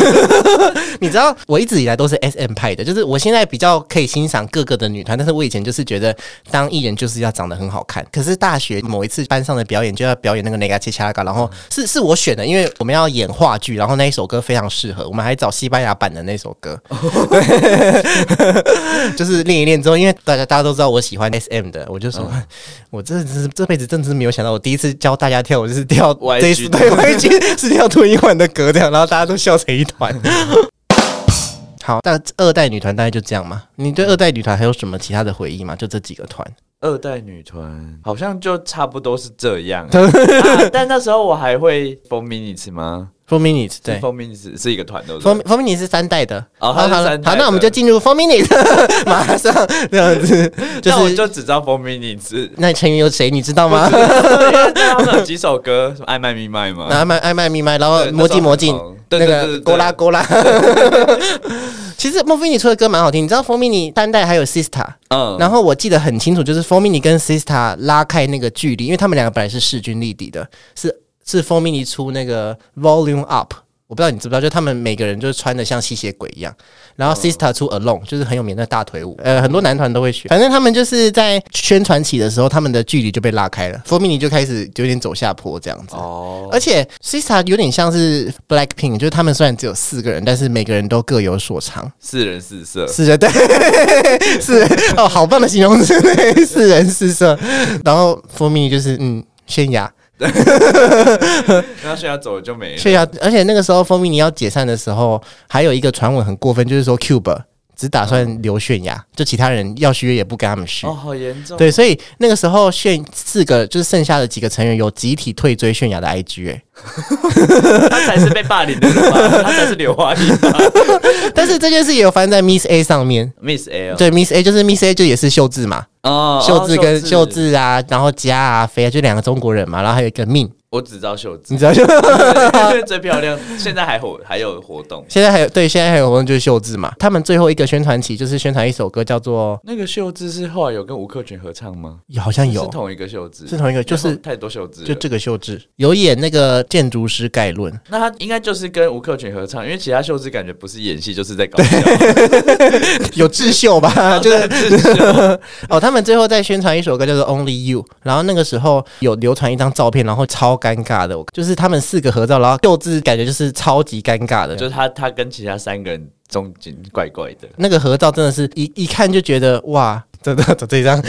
你知道我一直以来都是 S M 派的，就是我现在比较可以欣赏各个的女团，但是我以前就是觉得当艺人就是要长得很好看。可是大学某一次班上的表演就要表演那个 Nega c h a l a g a 然
嗯
后是是我选的，因为我们要演话剧，然后那一首歌非常适合，我们还找西班牙版的那首歌， 就是练一练之后，因为大家大家都知道我喜欢 S M 的，我就
嗯
说， 我这真是这辈子真的是没有想到，我第一次教大家跳，我就是跳
YG
这一次对 YG 是跳脱衣环的歌这样，然后大家都笑成一团。 好，那二代女团大概就这样嘛。你对二代女团还有什么其他的回忆吗？就这几个团，
二代女团好像就差不多是这 样、啊但那时候我还会 Four Minutes 吗？
Four Minutes
是
对
Four Minutes 是一个团，对不对？
，Four Four Minutes 是三代的。
哦它
好
是
好了
三，代
好，
的
那我们就进入 Four Minutes，马 上这样子，就
那我
是
就只知道 Four Minutes，
那成员有谁你知道吗？
因为他们有几首歌，什么《爱卖咪卖》吗？
爱麦爱麦咪麦，然后
啊对
魔镜魔镜，
那
那
时候很红对对对
个
对
勾拉勾拉。 其实莫菲尼出的歌蛮好听，你知道 For Mini 单代还有 Sista，、
嗯，
然后我记得很清楚，就是 For Mini 跟 Sista 拉开那个距离，因为他们两个本来是势均力敌的，是是 For Mini 出那个 Volume Up，我不知道你知不知道，就他们每个人就是穿的像吸血鬼一样，然后
嗯
Sista 出 Alone 就是很有名的大腿舞，呃，很多男团都会学，反正他们就是在宣传起的时候，他们的距离就被拉开了，For Mini 就开始有点走下坡这样子。
哦，
而且 Sista 有点像是 Blackpink，就是他们虽然只有四个人，但是每个人都各有所长。
四人四色，
是的，对，是哦，好棒的形容词，对四人四色。然后 For me 就是嗯。泫雅，
然后现在走了就没了。
泫雅，而且那个时候蜂蜜你要解散的时候，还有一个传闻很过分，就是说 Cube 只打算留泫雅，就其他人要续约也不跟他们续。
哦，好严重。
对，所以那个时候泫四个就是剩下的几个成员有集体退追泫雅的 IG，哎、
他才是被霸凌的人吧？他才是刘华一吧
但是这件事也有发生在 Miss A 上面，
，Miss L。
对，Miss A 就是 Miss A 就也是秀智嘛，
哦，
秀智跟秀
智，
智啊，然后佳啊、飞啊，就两个中国人嘛，然后还有一个命，
我只知道秀 智，
你知道就。
因为最漂亮，现在还活还有活动
现在还有对，现在还有活动就是秀智嘛，他们最后一个宣传期就是宣传一首歌叫做，
那个秀智是后来有跟吴克群合唱吗？
好像
是
嗯有
同一个秀智，
是同一个，就
然
是
后太多秀智了，
就这个秀智有演那个建筑师概 论，
那他应该就是跟吴克群合唱，因为其他秀智感觉不是演戏就是在搞笑，
有智秀吧，就是 哦，他们最后在宣传一首歌叫做《Only You》，然后那个时候有流传一张照片，然后超尴尬的，我就是他们四个合照，然后秀智感觉就是超级尴尬的，
就是他他跟其他三个人中间怪怪 的。
那个合照真的是一一看就觉得哇，这这这这一张，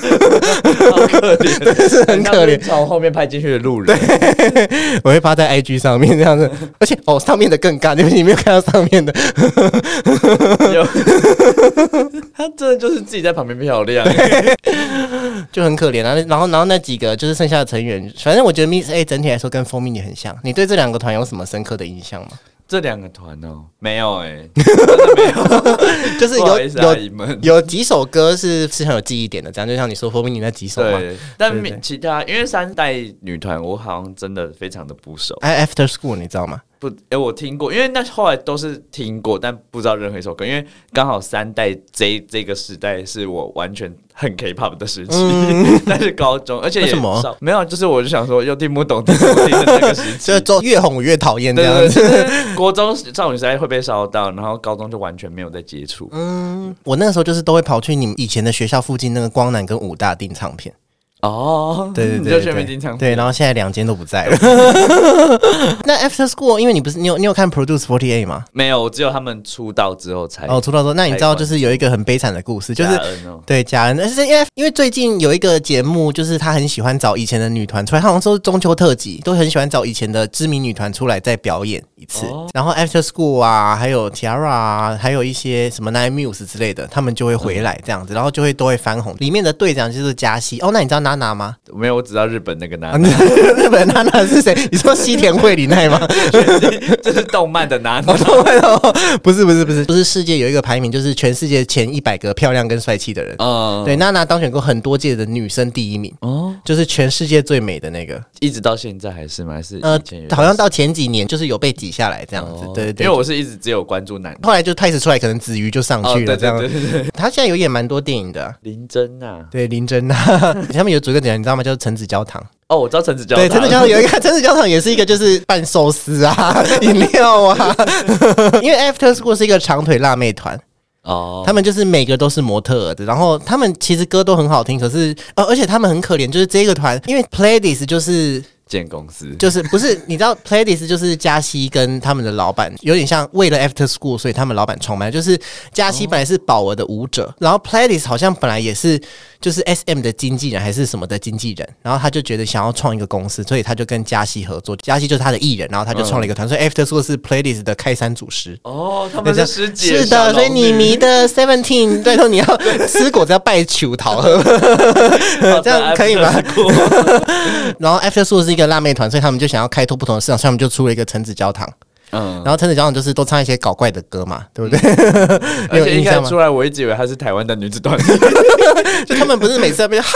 好可 怜，
是很可怜。
从后面拍进去的路人，
我会发在 IG 上面这样子， 而且哦，上面的更尬，就是你没有看到上 面的，
有他真的就是自己在旁边漂亮。
就很可怜啊。然后，然后那几个就是剩下的成员，反正我觉得 Miss A 整体来说跟蜂蜜也很像。你对这两个团有什么深刻的印象 吗？
这两个团哦，没有哎，
就是有
不好意思阿
有
姨们。
有几首歌是是很有记忆点的，这样就像你说蜂蜜你那几首嘛。
对，但
对对
其他因为三代女团，我好像真的非常的不熟。
哎，After School 你知道吗？
不，哎、我听过，因为那后来都是听过，但不知道任何一首歌，因为刚好三代这这个时代是我完全很 K-pop 的时期， 那是高中，而且也
嗯为什么
少没有，就是我就想说又听不懂，听不懂的那个时期
所以。 就越哄我越讨厌这
对
样
对
子。
对，就是国中少女时代会被烧到，然后高中就完全没有在接触。
嗯我那个时候就是都会跑去你们以前的学校附近那个光南跟武大订唱片。
哦，
对对对
你就全民经常
对， 然后现在两间都不在 了。那 After School，因为你不是你有你有看 Produce Forty Eight 吗？
没有，只有他们出道之后才
哦，出道说，那你
哎
知道就是有一个很悲惨的故事，就是
加恩哦
对贾恩，但是因为因为最近有一个节目，就是他很喜欢找以前的女团出来，他好像说是中秋特辑，都很喜欢找以前的知名女团出来再表演一次。
哦
然后 After School 啊，还有 Tiara 啊，还有一些什么 Nine Muse 之类的，他们就会回来这样子，然后就会都会翻红。里面的队长就是加西，哦，那你知道娜娜吗？
没有，我只知道日本那个 男
啊，，日本娜娜是谁？你说西田惠里奈吗？
这是动漫的男，
哦不是不是不是，不是世界有一个排名，就是全世界前一百个漂亮跟帅气的人。
嗯，
对，娜娜当选过很多届的女生第一名，
哦，
就是全世界最美的那个。
一直到现在还是吗？还是
呃
以前有，
好像到前几哦年就是有被挤下来这样子。对对
因为
对。
我是一直只有关注男哦
后来就开始出来，可能子瑜就上去啊了，这样。
对对对对对
他现在有演蛮多电影的啊，
林真啊，
对林真啊， 他们有组一个点，你知道吗？叫陈子教堂。
哦，我知道陈子娇，
对，陈子教堂有一个，陈子教堂也是一个，就是拌寿司啊、 饮料啊。 因为 After School 是一个长腿辣妹团，
哦，
他们就是每个都是模特儿的，然后他们其实歌都很好听，可是呃，而且他们很可怜，就是这个团，因为 Pladis 就是
建公司
就是不是你知道 Pladis 就是加西跟他们的老板有点像为了 After School，所以他们老板创办，就是加西本来是宝儿的舞者，然后 Pladis 好像本来也是就是 SM 的经纪人还是什么的经纪人，然后他就觉得想要创一个公司，所以他就跟加西合作，加西就是他的艺人，然后他就创了一个团，所以 After School 是 Pladis 的开山祖师。
哦，嗯他
那
们
叫
是师姐，
是的，
小龙
所以你
女
迷的 Seventeen，拜托你要吃果子要拜求桃喝，这样
哦
可以吗？
好的 After School
然后 After School 是一个辣妹团，所以他们就想要开拓不同的市场，所以他们就出了一个橙子教堂。
嗯，
然后陈子教堂就是都唱一些搞怪的歌嘛，对不对？ 你
嗯而
有
且
印
一开
象
始
吗
出？来，我一直以为她是台湾的女子团，
就他们不是每次在那边哈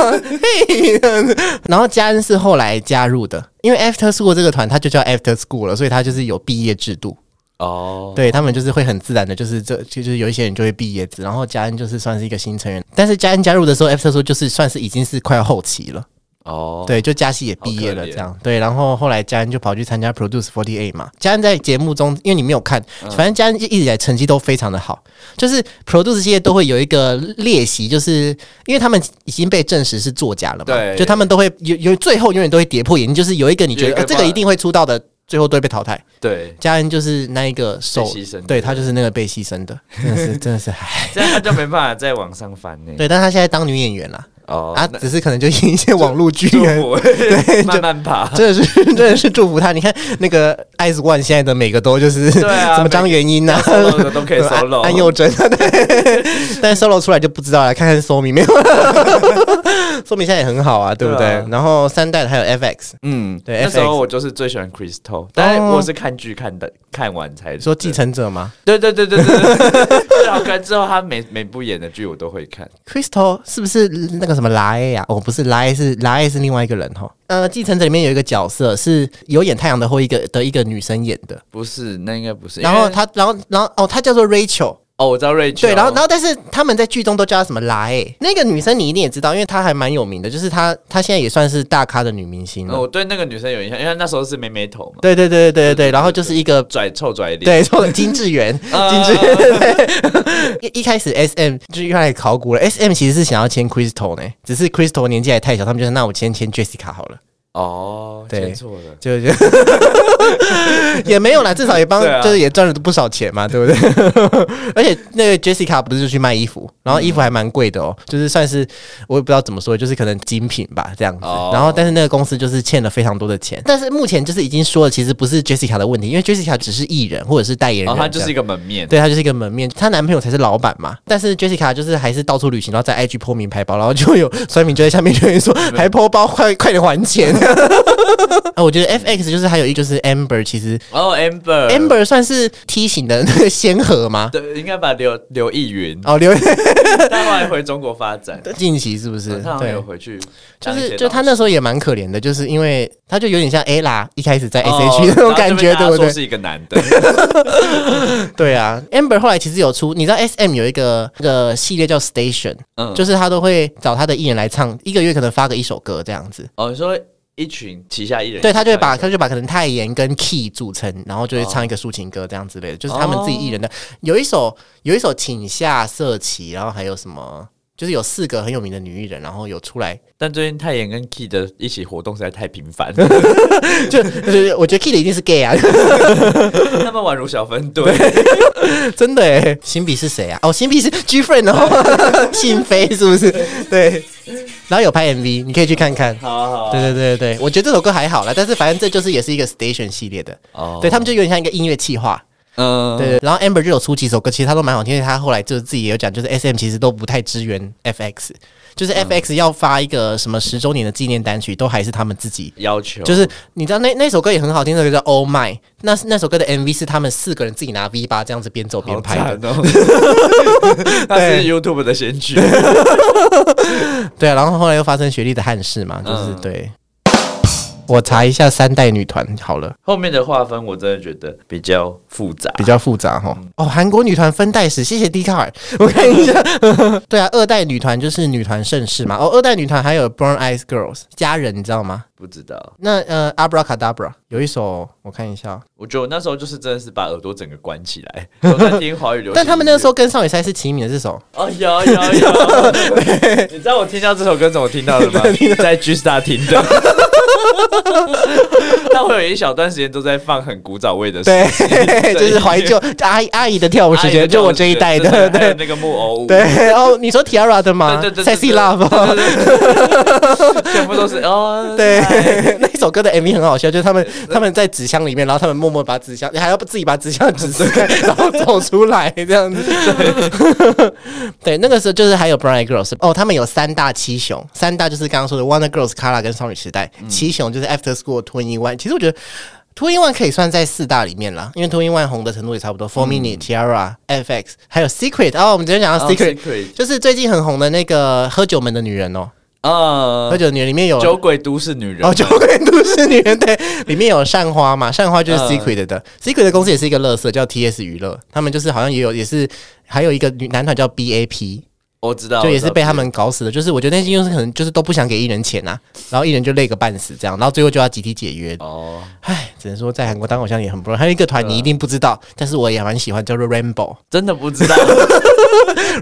嘿，这样子然后嘉恩是后来加入的，因为 After School 这个团它就叫 After School 了，所以它就是有毕业制度。
哦，
对他们就是会很自然的，就是这就是有一些人就会毕业，然后嘉恩就是算是一个新成员，但是嘉恩加入的时候，After School 就是算是已经是快要后期了，
哦，
对，就嘉熙也毕业了
好可怜
这样，对，然后后来嘉恩就跑去参加 Produce Forty Eight 嘛，嘉恩在节目中，因为你没有看，
嗯
反正嘉恩一直以来成绩都非常的好，就是 Produce 系列都会有一个练习，就是因为他们已经被证实是作假了嘛，
对
就他们都会有有最后永远都会跌破眼镜，就是有一个你觉
有一
得、
个
呃、这个
话
一定会出道的，最后都会被淘汰。
对，
家人就是那一个受
被牺牲的
对他就是那个被牺牲的，真的 是真的是唉。
这样她就没办法再往上翻呢。
对，但他现在当女演员啦，
哦，
啊，只是可能就演一些网络剧
祝
而已。
福， 慢慢爬。
真的是 真的是祝福他。你看那个 Ice One 现在的每个都就是
对 啊
什么张元 英啊，
solo 的都可以 solo
安安宥真啊，对。 但 solo 出来就不知道了，看看 Somi 没有。Somi 现在也很好啊，对不对
对啊？
然后三代的还有 FX，
嗯，
对
那时
FX
候我就是最喜欢 Crystal，但是我是看剧看的，看完才
说继承者吗
对对对对对对，然后看之后他每每部演的剧我都会看。
？Crystal 是不是那个什么拉 A 啊？哦，不是拉 A 是拉 A 是另外一个人哈。呃，继承者里面有一个角色是有演太阳的后裔个的一个女生演的，
不是，那应该不是。
然
因
后
为
她，然后然后哦，她叫做 Rachel。
哦，我知道瑞秋，
对，然后然后但是他们在剧中都叫她什么来、那个女生你一定也知道，因为她还蛮有名的，就是她她现在也算是大咖的女明星了。
呃我对那个女生有印象，因为她那时候是妹妹头嘛，
哦对对对对对对，然后就是一个。
拽臭拽脸。
对，说 金智媛，
啊
金智媛，对 一一开始 S M 就又来考古了。S M 其实是想要签 Crystal 呢，只是 Crystal 年纪还太小，他们就说那我先签 Jessica 好了。
哦，
对
签错了。
就 就也没有啦，至少也帮，
对啊
就是也赚了不少钱嘛，对 不对？而且那个 Jessica 不是就去卖衣服，然后衣服还蛮贵的哦，就是算是我也不知道怎么说，就是可能精品吧这样子。
哦
然后但是那个公司就是欠了非常多的钱，但是目前就是已经说了，其实不是 Jessica 的问题，因为 Jessica 只是艺人或者是代言人这样，
然后它哦就是一个门面，
对她就是一个门面，她男朋友才是老板嘛。但是 Jessica 就是还是到处旅行，然后在 IG 破名牌包，然后就有酸民就在下面留言说还破包，快快点还钱。 啊，我觉得 FX 就是还有一就是 Amber，其实
哦，amber
Amber 算是梯形的那个先河吗？，
对，应该把刘刘逸云
哦，留
他后来回中国发展，
近期是不是？
他好像
对
有，回去
就
当一些老师，
是就他那时候也蛮可怜的，就是因为他就有点像 A 啦，一开始在 S
哦
H E 那种
然后就
感
被
觉，
大家
对不
说
对？
是一个男的，
对啊，Amber 后来其实有出，你知道 S M 有一个那个系列叫 Station，
嗯
就是他都会找他的艺人来唱，一个月可能发个一首歌这样子。
哦，你说一群旗下艺人，
对他就会把他就把可能泰妍跟 Key 组成，然后就会唱一个抒情歌这样之类的，就是他们自己艺人的。有一首有一首请下色旗，然后还有什么，就是有四个很有名的女艺人，然后有出来，
但最近泰妍跟 Key 的一起活动实在太频繁，
就就是我觉得 Key 的一定是 gay 啊，
他们宛如小分队，
真的哎。辛比是谁啊？哦，辛比是 G Friend 哦， 信飞是不是？对，然后有拍 MV，你可以去看看。
好啊好啊
对对对对，对我觉得这首歌还好啦，但是反正这就是也是一个 station 系列的，
哦
对他们就有点像一个音乐企划。
嗯，
对，对然后 Amber 就有出几首歌，其实他都蛮好听，因为他后来就是自己也有讲，就是 SM 其实都不太支援 FX，就是
嗯
FX 要发一个什么十周年的纪念单曲，都还是他们自己。
要求
就是你知道那那首歌也很好听，那个叫《Oh My》，那那首歌的 MV 是他们四个人自己拿 V 八这样子边走边
好
拍的
惨，哦，
哦
他是 YouTube 的先驱，
对啊，然后后来又发生学历的憾事嘛，就是、
嗯
对。我查一下三代女团好了。
后面的划分我真的觉得比较复杂，
比较复杂哈。哦，韩国女团分代史，谢谢笛卡尔，我看一下。 对啊，二代女团就是女团盛世嘛。哦，二代女团还有 Brown Eyes Girls 家人，你知道吗？
不知道，
那呃，Abracadabra 有一首，我看一下哦，
我觉得我那时候就是真的是把耳朵整个关起 来，都在听华语流行音乐，
但他们那时候跟少女赛是齐名的这首。
哦，有有有， 你知道我听到这首歌怎么听到的吗？在 G Star 听的。但我有一小段时间都在放很古早味的事，
对， 就是怀旧阿姨阿姨的跳舞时间，就我这一代的，
还有
对
那个木偶舞，
对。哦，你说 Tiara 的吗
对对对对
？Sexy
对
Love。
全部都 是哦，
对
嗨，
那一首歌的 MV 很好笑，就是他们他们在纸箱里面，然后他们默默把纸箱，还要自己把纸箱纸撕开， 然后走出来这样子。 对，那个时候就是还有 Brown Eyed Girls 哦，他们有三大七雄，三大就是刚刚说的 Wonder Girls、Kara 跟少女时代，七雄就是 After School、Two in One。其实我觉得。Two in One 可以算在四大里面啦，因为 Two in One 红的程度也差不多。Four Minute、Tiara、FX，还有 Secret。哦，我们之前讲到
哦
Secret，、
Secret
就是最近很红的那个喝酒门的女人哦，
啊
喝，酒的女人里面有
酒鬼都市女人
哦，，酒鬼都市女人对，里面有善花嘛，善花就是
嗯
Secret 的、s e c r e t 的公司也是一个乐色，叫 TS 娱乐，他们就是好像也有也是还有一个女男团叫 BAP，
我知道，
就也是被他
哦我知
们搞死的，就是我觉得那些公司可能就是都不想给艺人钱啊，然后艺人就累个半死这样，然后最后就要集体解约
道，哦，
唉，只能说在韩国当偶像也很不容易。还有一个团你一定不知
嗯
道，但是我也蛮喜欢，叫做 Rainbow。
真的不 知道，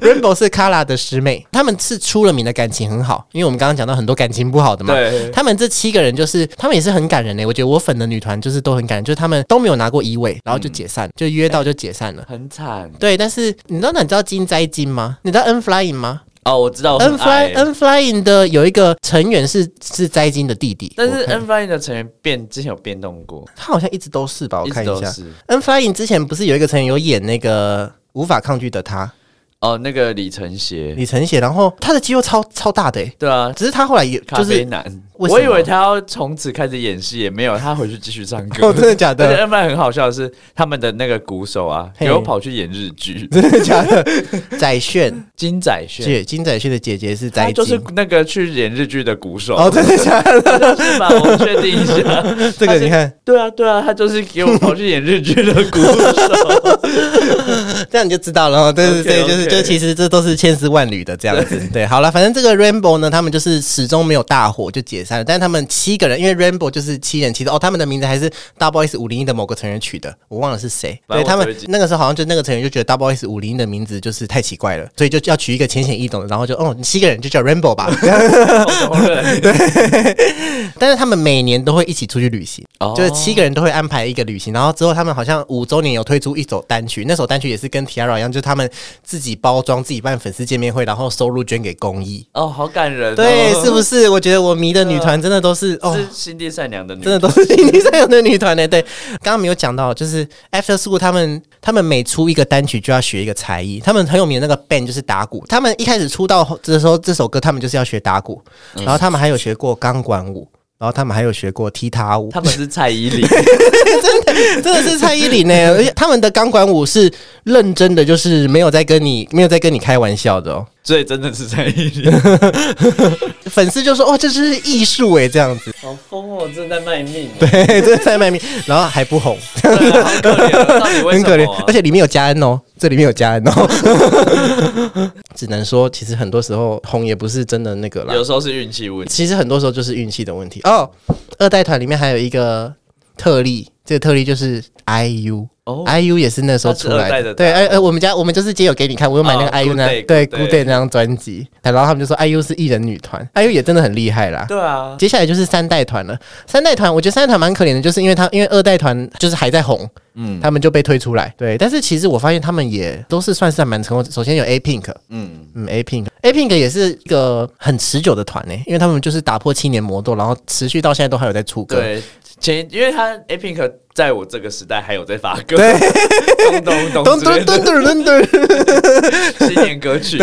Rainbow 是 Kara 的师妹，他们是出了名的感情很好，因为我们刚刚讲到很多感情不好的嘛。
对
他们这七个人就是，他们也是很感人嘞、我觉得我粉的女团就是都很感人，就是他们都没有拿过一位，然后就解散，就约到就解散了。
很惨
对，但是你知道那你知道金哉金吗？你知道 N Flying 吗
哦，我知道我
？N
很
Fly
爱
N Flying 的有一个成员是是哉金的弟弟，
但是
我看
N Flying 的成员变之前有变动过，
他好像一直都是吧？我
一
看
直都
一下
是
N Flying 之前不是有一个成员有演那个无法抗拒的他
哦，那个李承协，
李承协，然后他的肌肉超超大的、欸，
对啊，
只是他后来也
咖
就是
啡男。
为什么
我以为他要从此开始演戏，也没有，他回去继续唱 歌。
哦，真的假
而且
的？
N 班很好笑的是，他们的那个鼓手啊，
嘿
有跑去演日剧，
真的假的？ 宰炫
金宰炫，
姐金宰炫的姐姐是宰
他
金，
就是那个去演日剧的鼓手，
哦，真的假的？
是吧？我确定一下，
这个你看，
对啊，对啊，他就是给我跑去演日剧的鼓手。
这样你就知道了哦。对对对
OK，OK
就是就其实这都是千丝万缕的这样子。对，好了，反正这个 Rainbow 呢，他们就是始终没有大火就解散了，但是他们七个人，因为 Rainbow 就是七人，其实哦，他们的名字还是 Double S 五零一的某个成员取的，我忘了是谁。
反
对
正我
他们
只会记
那个时候好像就那个成员就觉得 Double S 五零一的名字就是太奇怪了，所以就要取一个浅显易懂的，然后就哦，你七个人就叫 Rainbow 吧。这样
我 懂了
但是他们每年都会一起出去旅行，
哦
就是七个人都会安排一个旅行，然后之后他们好像五周年有推出一首单曲，那首单曲也是跟 Tiara 一样，就是他们自己包装、自己办粉丝见面会，然后收入捐给公益。
哦，好感人、哦，
对，是不是？我觉得我迷的女团真的都是哦。
是心地善良的女
真的都是 心地善良的女团呢。对，刚刚没有讲到，就是 After School 他们，他们每出一个单曲就要学一个才艺。他们很有名的那个 band 就是打鼓，他们一开始出道后的时候，这首歌他们就是要学打鼓，
嗯
然后他们还有学过钢管舞。然后他们还有学过踢踏舞，
他们是蔡 依林，
真的是蔡依林 呢、而且他们的钢管舞是认真的，就是没有在跟你没有在跟你开玩笑的哦。
所以真的是蔡依林，
粉丝就说：“哦，这是艺术哎，这样子，
好疯哦，真的在卖命，
对，这是在 卖命，然后还不红，
对啊，好可怜、哦，到底为
很
什
可
么
怜
啊、。
而且里面有加恩哦，这里面有加恩哦。 只能说，其实很多时候红也不是真的那个啦，
有时候是运气问题，
其实很多时候就是运气的问题哦。二代团里面还有一个特例，这个特例就是 IU。
哦
IU 也是那时候出来
他是二代的
对，哎、呃，我们家我们就是街友给你看，我有买那个
哦
IU
Good
那、
Day，
对
Good
Good
Day
Day 那张专辑，然后他们就说 IU 是艺人女团，IU 也真的很厉害啦。
对啊，
接下来就是三代团了，三代团我觉得三代团蛮可怜的，就是因为他因为二代团就是还在红，嗯，他们就被推出来，对，但是其实我发现他们也都是算是还蛮成功的，首先有 A Pink，
嗯，
嗯，A Pink，A Pink 也是一个很持久的团呢、因为他们就是打破七年魔咒，然后持续到现在都还有在出歌，
对，前因为他 A Pink 在我这个时代还有在发歌，咚
咚
咚咚之
咚
类
咚
的
咚咚咚。
新年歌曲，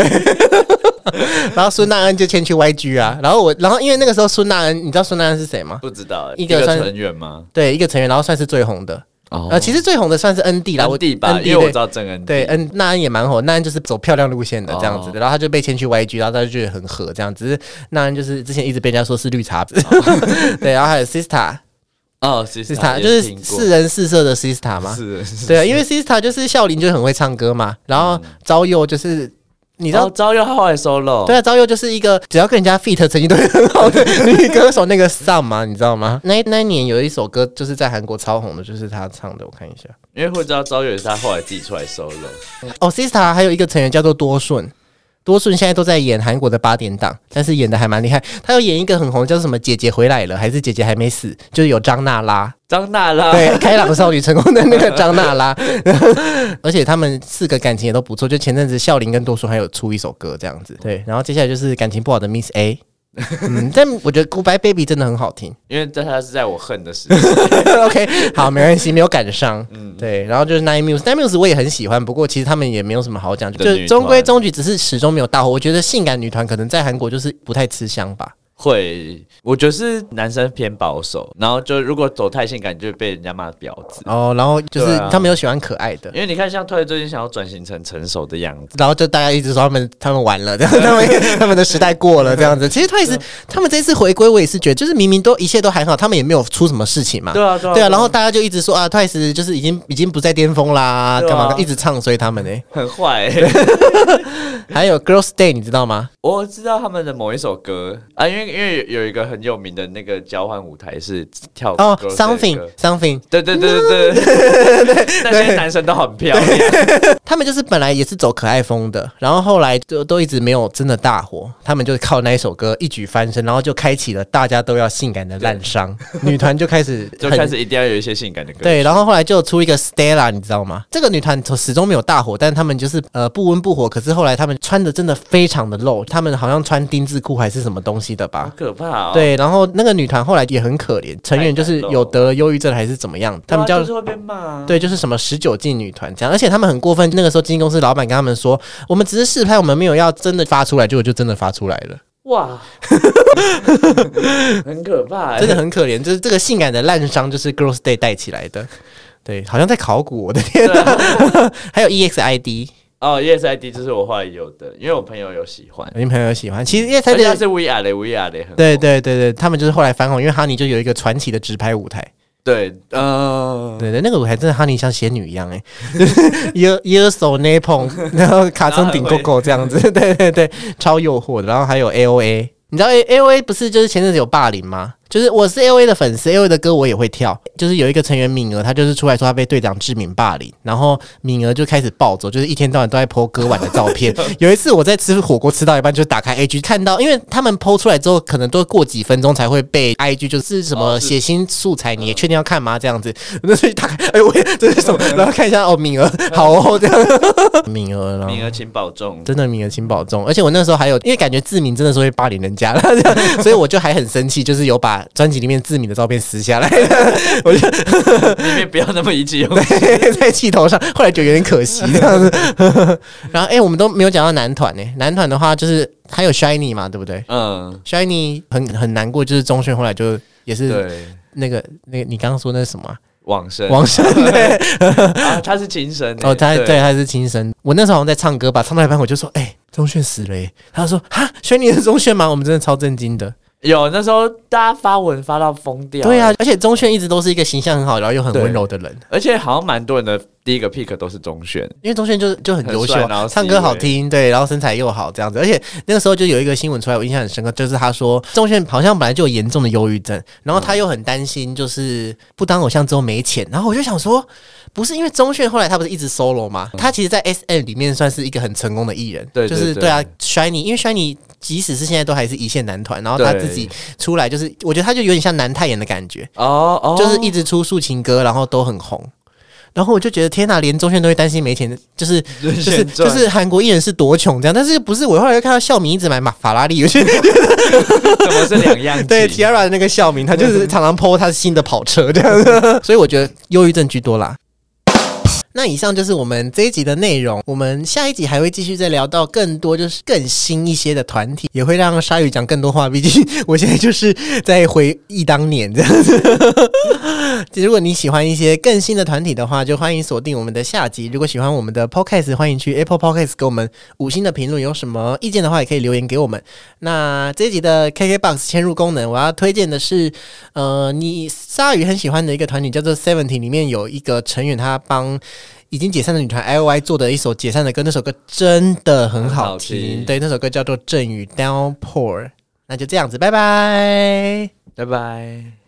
然后孙娜恩就先去 YG 啊，然后我，然后因为那个时候孙娜恩，你知道孙娜恩是谁吗？
不知道
一
一
个
个
算
成员吗？
对，一个成员，然后算是最红的。
哦
呃，其实最红的算是 ND 啦，我
恩地吧，
ND
因为我
对
知道哦郑恩地
对，嗯，那恩也蛮火，那恩就是走漂亮路线的这样子的，然后他就被签去 YG，然后他就觉得很合这样，只是那恩就是之前一直被人家说是绿茶婊， 对，然后还有 Sista
哦，是是他
Sista 就是
听过
四人四射的 Sista 嘛，
是是，嗯
对啊，因为 Sista 就是孝琳就很会唱歌嘛，然后招佑就是你
你
知道。
招又后来 solo，
对啊，招佑就是一个只要跟人家 fit 成绩都会很好的女歌手，那个 Sam 嘛，你知道吗？ 那那一年有一首歌就是在韩国超红的，就是她唱的，我看一下。
因为会知道招也是他后来自己出来 solo，
哦，Sista 还有一个成员叫做多顺，多顺现在都在演韩国的八点档，但是演的还蛮厉害。他要演一个很红，叫做什么“姐姐回来了”还是“姐姐还没死”，就是有张娜拉，
张 娜拉，
对，开朗少女成功的那个张娜拉。 而且他们四个感情也都不错，就前阵子孝琳跟多顺还有出一首歌这样子。对，然后接下来就是感情不好的 Miss A。嗯， 但我觉得《Goodbye Baby》真的很好听。
因为在他是在我恨的时候，
OK，好，没关系，没有赶上。嗯，对，然后就是 Nine Muse，Nine Muse 我也很喜欢，不过其实他们也没有什么好讲，
的
就
女
中规
团
中矩，只是始终没有大火。我觉得性感女团可能在韩国就是不太吃香吧。
会，我觉得是男生偏保守，然后就如果走太性感就会被人家骂婊子，
哦，然后就是
对啊
他们有喜欢可爱的。
因为你看像 Toy 最近想要转型成成熟的样子，
然后就大家一直说他们他们 完了，这样他们 他们的时代过了这样子。其实 Twice 他们这次回归，我也是觉得，就是明明都一切都还好，他们也没有出什么事情嘛。
对啊对
对
啊对
啊。
啊
然后大家就一直说啊，Twice 就是已经已经不在巅峰啦，
对啊
干嘛一直唱衰他们 呢？
很坏、欸。
还有 Girls Day，你知道吗？
我知道他们的某一首歌啊，因为因为有有一个很有名的那个交换舞台是跳
哦
girls 的
，something
歌
something，
对对对对对， 那些男生都很漂亮，
他们就是本来也是走可爱风的，然后后来就都一直没有真的大火，他们就靠那一首歌一举翻身，然后就开启了大家都要性感的烂伤，女团就开始
就
很
开始一定要有一些性感的歌。
对，然后后来就出一个 Stella，你知道吗？这个女团始终没有大火，但她们就是呃不温不火，可是后来她们穿的真的非常的露，她们好像穿丁字裤还是什么东西的吧
好？可怕哦。
对，然后那个女团后来也很可怜，成员就是
太难了
有得忧郁症还是怎么样，他们
对啊
叫
就是会被骂啊。
对，就是什么十九禁女团这样，而且他们很过分。那个时候经纪公司老板跟他们说，我们只是试拍，我们没有要真的发出来，结果就真的发出来了，
哇， 很可怕、欸，
真的很可怜。就是这个性感的烂伤，就是 Girls Day 带起来的。对，好像在考古，我的天
对啊。
还有 E EXID，
哦，Yes ID 就是我后来有的，因为我朋友有喜欢，
有些朋友喜欢。其实 EXID
而且他是 VR 的，VR 的很
对对对对，他们就是后来翻红，因为哈尼就有一个传奇的直拍舞台。
对，呃，
对对，那个舞台真的哈尼像仙女一样哎、欸， 一一二手 n a p o n 然后卡通顶 g o 这样 子，对对对，超诱惑的。然后还有 A O A，你知道 A A O A 不是就是前阵子有霸凌吗？就是我是 A O A 的粉丝，A O A 的歌我也会跳。就是有一个成员敏儿，她就是出来说她被队长志敏霸凌，然后敏儿就开始暴走，就是一天到晚都在 po 割腕的照 片。有一次我在吃火锅吃到一半，就打开 IG 看到，因为他们 po 出来之后，可能都过几分钟才会被 IG 就是什么
哦是
血腥素材，你也确定要看吗？这样子， 那所以打开，哎，我也这是什么？然后看一下哦，敏儿好哦，这样 敏儿，然后
名额请保重。
真的名额请保重。而且我那时候还有，因为感觉志明真的是会霸凌人家，这 样所以我就还很生气，就是有把专辑里面志明的照片撕下来， 我就
里面不要那么一起用。
在在气头上，后来就有点可惜这样子。 然后哎、我们都没有讲到男团呢、男团的话就是还有 Shiny 嘛，对不对
嗯，
？Shiny 很很难过，就是钟铉后来就也是
对，
那个那个你刚刚说那是什么啊、
往生
王 生对。
啊，他是亲生欸
哦，他
对
对他是亲生。我那时候好像在唱歌吧，唱到一半我就说：“哎、钟铉死了、耶！”他说：“哈，选你是钟铉吗？”我们真的超震惊的。
有那时候大家发文发到疯掉。欸
对啊，，而且钟铉一直都是一个形象很好，然后又很
对
温柔的人。
而且好像蛮多人的第一个 pick 都是钟铉，
因为钟铉就是就很优秀
很帅然后
啊，
是
唱歌好听，对，然后身材又好这样子。而且那个时候就有一个新闻出来，我印象很深刻，就是他说钟铉好像本来就有严重的忧郁症，然后他又很担心，就是不当偶像之后没钱。然后我就想说，不是因为钟铉后来他不是一直 solo 吗？他其实，在 S N 里面算是一个很成功的艺人，
嗯对对
就是
对
对啊，Shiny，因为 Shiny。即使是现在都还是一线男团，然后他
对
自己出来就是，我觉得他就有点像南泰妍的感觉，
哦哦，
就是一直出抒情歌，然后都很红。然后我就觉得天哪，连钟铉都会担心没钱，就是
就
就是就是韩国艺人是多穷这样，但是不是我后来又看到孝明一直买马法拉利，我觉得
怎么是两样
对
情
Tiara 的那个孝明，他就是常常 PO 他新的跑车这样子，所以我觉得忧郁症居多啦。那以上就是我们这一集的内容，我们下一集还会继续再聊到更多就是更新一些的团体，也会让鲨鱼讲更多话，毕竟我现在就是在回忆当年这样子。 如果你喜欢一些更新的团体的话，就欢迎锁定我们的下集。如果喜欢我们的 podcast，欢迎去 Apple Podcast 给我们五星的评论，有什么意见的话也可以留言给我们。那这一集的 KKBox 嵌入功能，我要推荐的是，呃，你鲨鱼很喜欢的一个团体叫做 Seventeen，里面有一个成员他帮。已经解散的女团 I O I 做的一首解散的歌，那首歌真的很好听。
很好听
对，那首歌叫做《阵雨 Downpour》。那就这样子，拜拜。
拜拜。